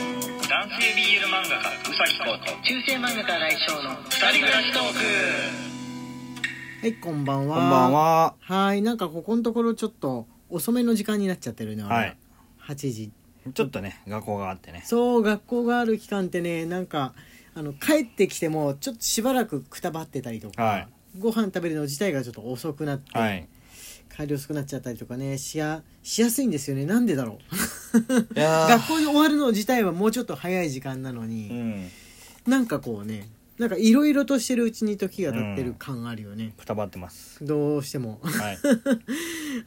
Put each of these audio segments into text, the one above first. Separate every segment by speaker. Speaker 1: 男性 BL 漫画家うさぎこと
Speaker 2: 中世漫画家来翔の
Speaker 1: 二人暮らしトーク
Speaker 2: はいこんばんは
Speaker 3: こんばんは。
Speaker 2: はいなんかここのところちょっと遅めの時間になっちゃってるね俺
Speaker 3: はい
Speaker 2: 8時
Speaker 3: ちょっとね、学校があってね。
Speaker 2: そう学校がある期間ってねなんかあの帰ってきてもちょっとしばらくくたばってたりとか、
Speaker 3: はい
Speaker 2: ご飯食べるの自体がちょっと遅くなって、
Speaker 3: はい。
Speaker 2: 帰り遅くなっちゃったりとかねしやしやすいんですよねなんでだろう
Speaker 3: いやー
Speaker 2: 学校に終わるの自体はもうちょっと早い時間なの
Speaker 3: う
Speaker 2: に、
Speaker 3: ん。
Speaker 2: なんかこうねなんかいろいろとしてるうちに時が経ってる感あるよね、
Speaker 3: くたばってます。
Speaker 2: どうしても
Speaker 3: はい。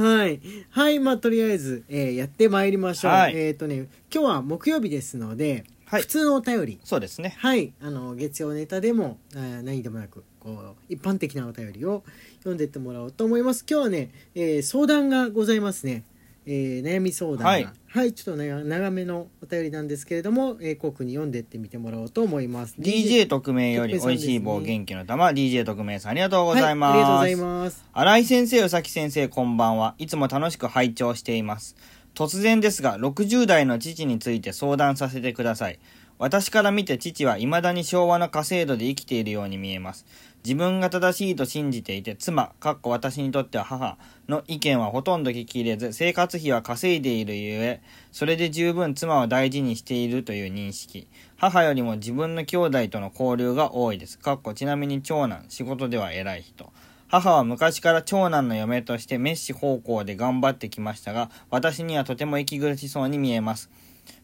Speaker 2: はいはいまあとりあえず、えーやってまいりましょう、
Speaker 3: はい
Speaker 2: えっ、とね今日は木曜日ですので、
Speaker 3: はい
Speaker 2: 普通のお便り
Speaker 3: そうですね。
Speaker 2: はい、あの月曜ネタでもあー何でもなくこう一般的なお便りを読んでってもらおうと思います今日はね、えー相談がございますね、えー悩み相談がは
Speaker 3: はいい、
Speaker 2: ちょっと長長めのお便りなんですけれども、えー、こうくんに読んでってみてもらおうと思います
Speaker 3: DJ 特命より
Speaker 2: 特
Speaker 3: 美
Speaker 2: 命さんで
Speaker 3: 味
Speaker 2: すね
Speaker 3: しい棒元気の玉、DJ 特命さんありがとうございま
Speaker 2: はい、あ
Speaker 3: す。
Speaker 2: りがとうございます
Speaker 3: 新井先生、宇崎先生、こんばんは。いつも楽しく拝聴しています。突然ですが、60代の父について相談させてください。私から見て父は未だに昭和の家制度で生きているように見えます。自分が正しいと信じていて、妻、かっこ私にとっては母の意見はほとんど聞き入れず、生活費は稼いでいるゆえ、それで十分妻を大事にしているという認識。母よりも自分の兄弟との交流が多いです。かっこちなみに長男、仕事では偉い人。母は昔から長男の嫁としてメッシ方向で頑張ってきましたが、私にはとても息苦しそうに見えます。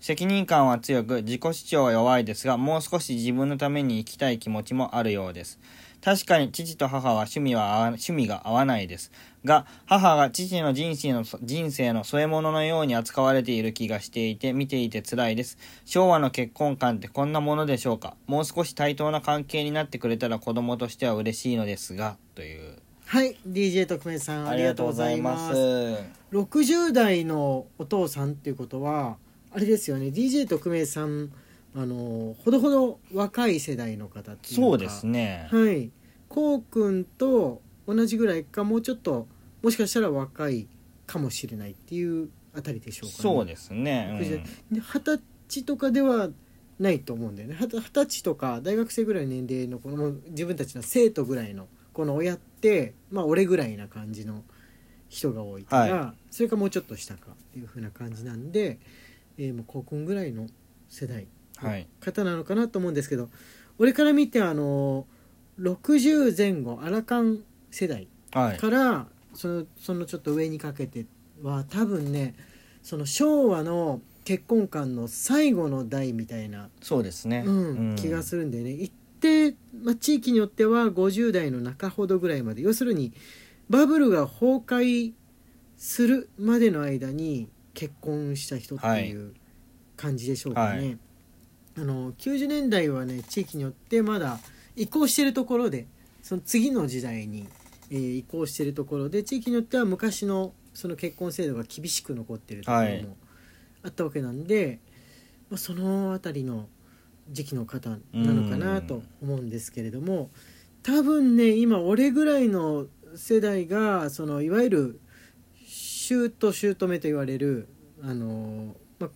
Speaker 3: 責任感は強く、自己主張は弱いですが、もう少し自分のために生きたい気持ちもあるようです。確かに父と母は趣味は合わ趣味が合わないです。が、母が父の人生の人生の添え物のように扱われている気がしていて、見ていて辛いです。昭和の結婚観ってこんなものでしょうかもう少し対等な関係になってくれたら子供としては嬉しいのですが、という。
Speaker 2: はい DJ 特命さんありがとうございます
Speaker 3: す。
Speaker 2: 60代のお父さんっていうことはあれですよね DJ 特命さんあのほどほど若い世代の方っていうか
Speaker 3: そうですね。
Speaker 2: はいこうくんと同じぐらいかもうちょっともしかしたら若いかもしれないっていうあたりでしょうか、ね、
Speaker 3: そうですね。うん
Speaker 2: 60で二十歳とかではないと思うんだよねはた二十歳とか大学生ぐらいの年齢のこの自分たちの生徒ぐらいのこの親ってまあ俺ぐらいな感じの人が多いから、それかもうちょっと下かっていうふうな感じなんで、えーもう高校ぐらいの世代
Speaker 3: はい。
Speaker 2: 方なのかなと思うんですけど俺から見てあの60前後アラカン世代
Speaker 3: はい。
Speaker 2: からそのそのちょっと上にかけては多分ねその昭和の結婚観の最後の代みたいな、
Speaker 3: そうですね。
Speaker 2: うん気がするんだよね一定、まあ、地域によっては50代の中ほどぐらいまで要するにバブルが崩壊するまでの間に結婚した人っていう感じでしょうかね。
Speaker 3: はい
Speaker 2: あの90年代はね地域によってまだ移行してるところでその次の時代に、えー移行してるところで地域によっては昔のその結婚制度が厳しく残ってるところ
Speaker 3: はい
Speaker 2: もあったわけなんで、まあ、その辺りの時期の方なのかなと思うんですけれども多分ね今俺ぐらいの世代がそのいわゆる姑と姑と言われるあの、まあ、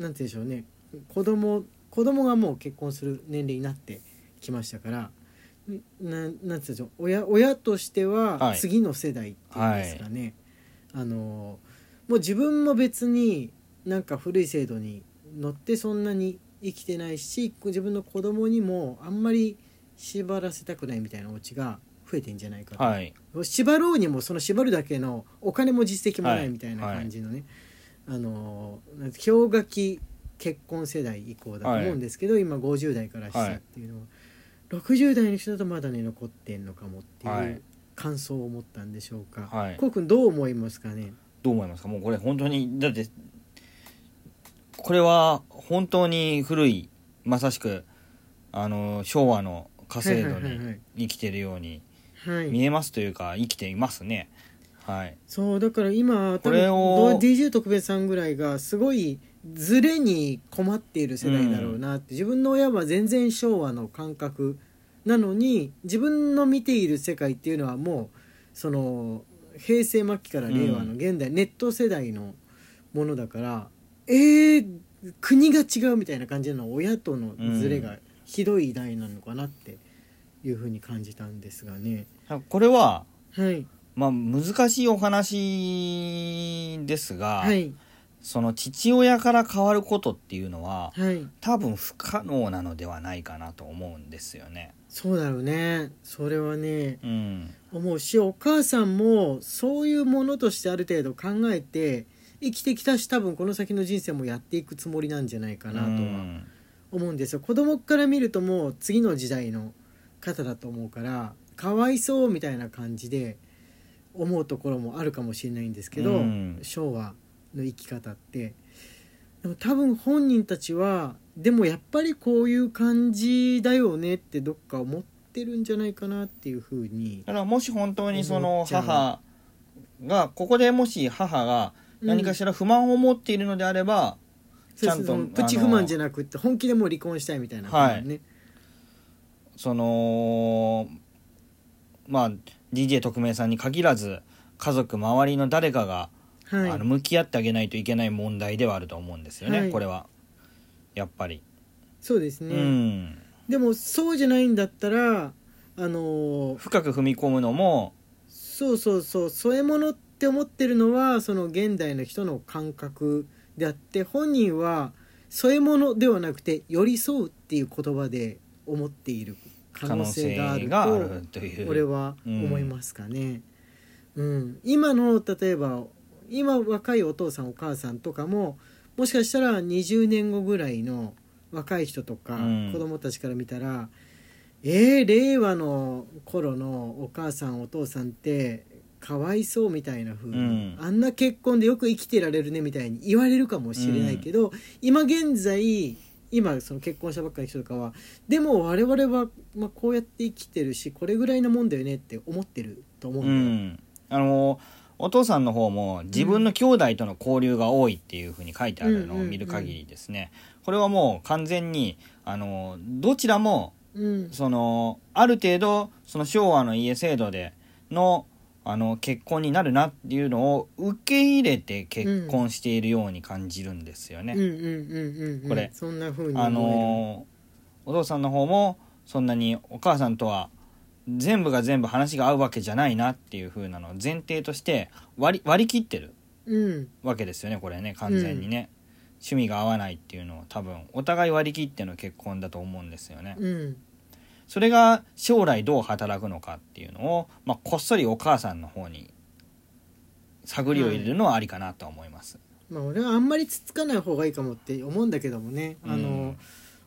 Speaker 2: なんて言うんでしょうね子供子供がもう結婚する年齢になってきましたからんななんて言うんでしょう親親としては
Speaker 3: はい
Speaker 2: 次の世代っていうんですかね、あのもう自分も別になんか古い制度に乗ってそんなに生きてないし自分の子供にもあんまり縛らせたくないみたいなお家が増えてんじゃないかと
Speaker 3: はい。
Speaker 2: 縛ろうにもその縛るだけのお金も実績もな
Speaker 3: はいい
Speaker 2: みたいな感じのね、あのーなんて氷河期結婚世代以降だと思うんですけど、今50代からしたっていうのは、60代の人だとまだね残ってんのかもって
Speaker 3: はいいう
Speaker 2: 感想を持ったんでしょうか、
Speaker 3: はい
Speaker 2: こうくんどう思いますかね
Speaker 3: どう思いますかもうこれ本当に、だって、これは本当に古い、まさしく、あの、昭和の家政度
Speaker 2: はいはいはいは
Speaker 3: に
Speaker 2: い
Speaker 3: 生きてるように
Speaker 2: はい
Speaker 3: 見えますというか、生きていますね。はい。
Speaker 2: そうだから今多
Speaker 3: これ
Speaker 2: 分
Speaker 3: を
Speaker 2: DJ 特別さんぐらいがすごいズレに困っている世代だろうなって、自分の親は全然昭和の感覚なのに自分の見ている世界っていうのはもうその平成末期から令和の現代、ネット世代のものだからえー、国が違うみたいな感じの親とのズレがひどい代なのかなっていうふうに感じたんですがね。
Speaker 3: これは、
Speaker 2: はい、
Speaker 3: まあ、難しいお話ですが、
Speaker 2: はい、
Speaker 3: その父親から変わることっていうのは
Speaker 2: はい、
Speaker 3: 多分不可能なのではないかなと思うんですよね。
Speaker 2: そうだろうねそれはね
Speaker 3: うん、
Speaker 2: 思うしお母さんもそういうものとしてある程度考えて生きてきたし多分この先の人生もやっていくつもりなんじゃないかなと
Speaker 3: う
Speaker 2: は
Speaker 3: ん
Speaker 2: 思うんですよ子供から見るともう次の時代の方だと思うからかわいそうみたいな感じで思うところもあるかもしれないんですけど、
Speaker 3: うん
Speaker 2: 昭和の生き方ってでも多分本人たちはでもやっぱりこういう感じだよねってどっか思ってるんじゃないかなっていうふうに
Speaker 3: だからもし本当にそ
Speaker 2: 思
Speaker 3: の
Speaker 2: っちゃう
Speaker 3: 母がここでもし母が何かしら不満を持っているのであれば、ちゃんと
Speaker 2: そうそうプチ不満じゃなくって本気でもう離婚したいみたいなことだよね、
Speaker 3: そのまあ DJ 特命さんに限らず家族周りの誰かが、
Speaker 2: はい
Speaker 3: あの向き合ってあげないといけない問題ではあると思うんですよね、
Speaker 2: はい
Speaker 3: これはやっぱり。
Speaker 2: そうですね、
Speaker 3: うん、
Speaker 2: でもそうじゃないんだったらあのー
Speaker 3: 深く踏み込むのも
Speaker 2: そうそうそう添え物って思ってるのはその現代の人の感覚であって本人は添え物ではなくて寄り添うっていう言葉で思っている可能
Speaker 3: 可能
Speaker 2: 性
Speaker 3: 性
Speaker 2: がある
Speaker 3: があ
Speaker 2: と
Speaker 3: るという。
Speaker 2: 俺は思いますかね。うん、今の例えば今若いお父さんお母さんとかももしかしたら20年後ぐらいの若い人とか、
Speaker 3: うん
Speaker 2: 子供たちから見たら「えー、令和の頃のお母さんお父さんってかわいそう」みたいな風に、
Speaker 3: うん
Speaker 2: あんな結婚でよく生きてられるねみたいに言われるかもしれないけど、今現在今その結婚したばっかりの人とかはでも我々は、まあ、こうやって生きてるしこれぐらいのもんだよねって思ってると思う
Speaker 3: うん
Speaker 2: だよ
Speaker 3: ん、あのお父さんの方も自分の兄弟との交流が多いっていうふうに書いてあるのを見る限りですね、これはもう完全にあのどちらも
Speaker 2: うん
Speaker 3: そのある程度その昭和の家制度でのあの結婚になるなっていうのを受け入れて結婚しているように感じるんですよね。
Speaker 2: うんうんうんうんうん
Speaker 3: これ
Speaker 2: そんな風に
Speaker 3: あ
Speaker 2: 思
Speaker 3: のーお父さんの方もそんなにお母さんとは全部が全部話が合うわけじゃないなっていう風なのを前提として割り割り切ってる
Speaker 2: える、うん、
Speaker 3: わけですよねこれね完全にね、趣味が合わないっていうのを多分お互い割り切っての結婚だと思うんですよね、
Speaker 2: うん、
Speaker 3: それが将来どう働くのかっていうのを、まあ、こっそりお母さんの方に探りを入れるのはありかなとは思います、
Speaker 2: まあ俺はあんまりつっつかない方がいいかもって思うんだけどもね、あ
Speaker 3: う
Speaker 2: の
Speaker 3: ん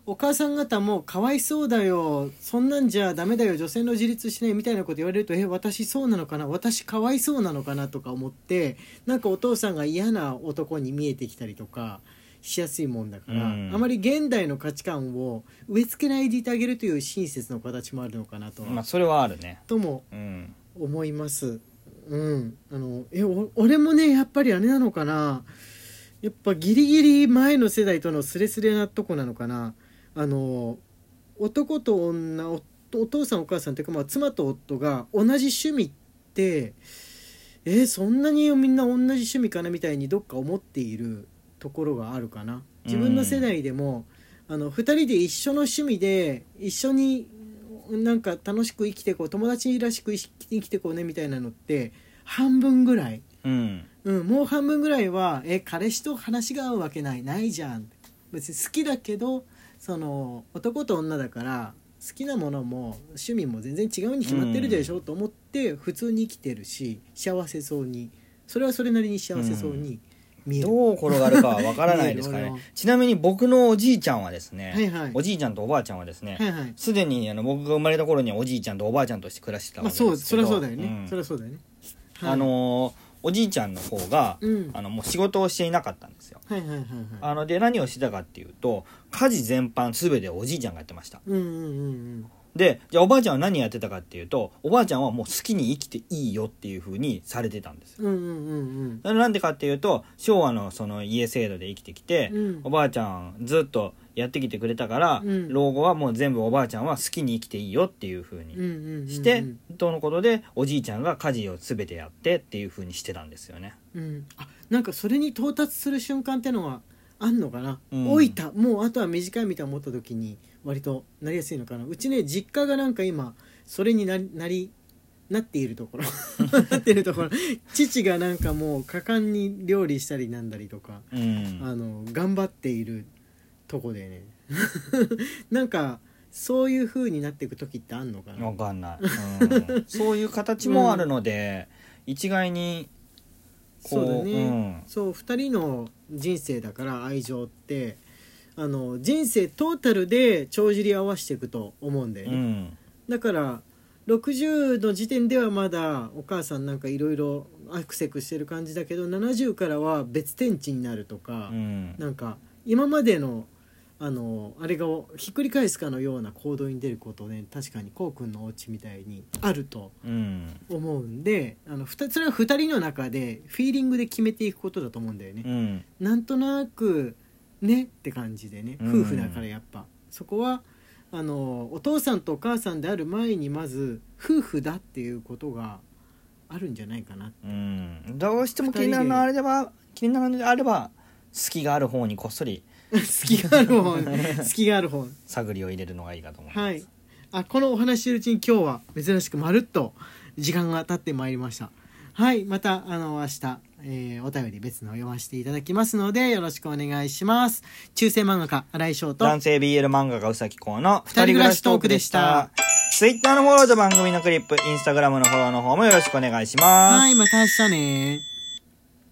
Speaker 2: お母さん方もかわいそうだよそんなんじゃダメだよ女性の自立しないみたいなこと言われるとえ私そうなのかな私かわいそうなのかなとか思ってなんかお父さんが嫌な男に見えてきたりとかしやすいもんだから、
Speaker 3: うん
Speaker 2: あまり現代の価値観を植え付けないでいてあげるという親切の形もあるのかなとは、
Speaker 3: まあそれはあるね
Speaker 2: とも
Speaker 3: うん
Speaker 2: 思います。うん、あのえお俺もねやっぱりあれなのかなやっぱギリギリ前の世代とのスレスレなとこなのかなあの男と女おお父さんお母さんというか、まあ、妻と夫が同じ趣味ってえーそんなにみんな同じ趣味かなみたいにどっか思っているところがあるかな自分の世代でも、あの2人で一緒の趣味で一緒になんか楽しく生きてこう友達らしく生き生きてこうねみたいなのって半分ぐらい、
Speaker 3: うん
Speaker 2: うん、もう半分ぐらいはえ彼氏と話が合うわけないないじゃん別に好きだけどその男と女だから好きなものも趣味も全然違うに決まってるでしょ、と思って普通に生きてるし幸せそうにそれはそれなりに幸せそうに見える、
Speaker 3: どう転がるかはわからないですか
Speaker 2: いろいろ
Speaker 3: ねちなみに僕のおじいちゃんはですね、
Speaker 2: はいはい
Speaker 3: おじいちゃんとおばあちゃんはです
Speaker 2: は
Speaker 3: ね
Speaker 2: いはい
Speaker 3: すで、にあの僕が生まれた頃にはおじいちゃんとおばあちゃんとして暮らしてた
Speaker 2: ま
Speaker 3: わ
Speaker 2: あ
Speaker 3: け
Speaker 2: そう
Speaker 3: です
Speaker 2: そ
Speaker 3: け
Speaker 2: り
Speaker 3: ど
Speaker 2: ゃそうだよね、
Speaker 3: ん
Speaker 2: そりゃそうだよね、はい
Speaker 3: あのーおじいちゃんの方が、
Speaker 2: うん
Speaker 3: あのもう仕事をしていなかったんですよ
Speaker 2: はいはいはいはい
Speaker 3: あので何をしてたかっていうと家事全般全ておじいちゃんがやってました
Speaker 2: うんうんうん
Speaker 3: でじゃあおばあちゃんは何やってたかっていうとおばあちゃんはもう好きに生きていいよっていう風にされてたんですよ
Speaker 2: うんうんうんうん
Speaker 3: なんでかっていうと昭和のその家制度で生きてきて、
Speaker 2: うん
Speaker 3: おばあちゃんずっとやってきてくれたから、
Speaker 2: うん
Speaker 3: 老後はもう全部おばあちゃんは好きに生きていいよっていう風
Speaker 2: うんう
Speaker 3: に
Speaker 2: んうん
Speaker 3: して、
Speaker 2: うん
Speaker 3: とのことでおじいちゃんが家事を全てやってっていう風にしてたんですよね。
Speaker 2: うんあなんかそれに到達する瞬間ってのはあんのかな、
Speaker 3: うん
Speaker 2: 老いたもうあとは短いみたいな思った時に割となりやすいのかなうちね実家がなんか今それになりなりなっているとこ ろなっているところ父がなんかもう果敢に料理したりなんだりとか
Speaker 3: うん
Speaker 2: あの頑張っているとこでね なんかそういう風になっていく時ってあんのかな
Speaker 3: わかんない、 うん、そういう形もあるので、一概にこ
Speaker 2: そううだね、
Speaker 3: うん
Speaker 2: そう2人の人生だから愛情ってあの人生トータルで帳尻合わせていくと思うんだよ
Speaker 3: う
Speaker 2: ね、
Speaker 3: ん
Speaker 2: だから60の時点ではまだお母さんなんかいろいろアクセクしてる感じだけど70からは別天地になるとか、
Speaker 3: うん
Speaker 2: なんか今までのあのあれがひっくり返すかのような行動に出ることね確かにこうくんのお家みたいにあると
Speaker 3: うん
Speaker 2: 思うんであのふたそれは2人の中でフィーリングで決めていくことだと思うんだよね
Speaker 3: う。ん
Speaker 2: なんとなくねって感じでね
Speaker 3: うん
Speaker 2: 夫婦だからやっぱ、そこはあのお父さんとお母さんである前にまず夫婦だっていうことがあるんじゃないかな
Speaker 3: うんどうしても気になるのあれば気になるのであれば隙がある方にこっそり
Speaker 2: 隙がある方隙がある方
Speaker 3: 探りを入れるのがいいかと思います、
Speaker 2: はいあこのお話ししてるうちに今日は珍しくまるっと時間が経ってまいりましたはいまたあの明日、えーお便り別のを読ませていただきますのでよろしくお願いします中世漫画家新井翔と
Speaker 3: 男性 BL 漫画がうさきこうの
Speaker 2: 二
Speaker 3: 二
Speaker 2: 人
Speaker 3: 人暮
Speaker 2: 暮
Speaker 3: ら
Speaker 2: ら
Speaker 3: し
Speaker 2: し
Speaker 3: ト
Speaker 2: トー
Speaker 3: ーク
Speaker 2: ク
Speaker 3: で
Speaker 2: で
Speaker 3: し
Speaker 2: したた
Speaker 3: Twitter のフォローと番組のクリップ Instagram のフォローの方もよろしくお願いします、
Speaker 2: はいまた明日ね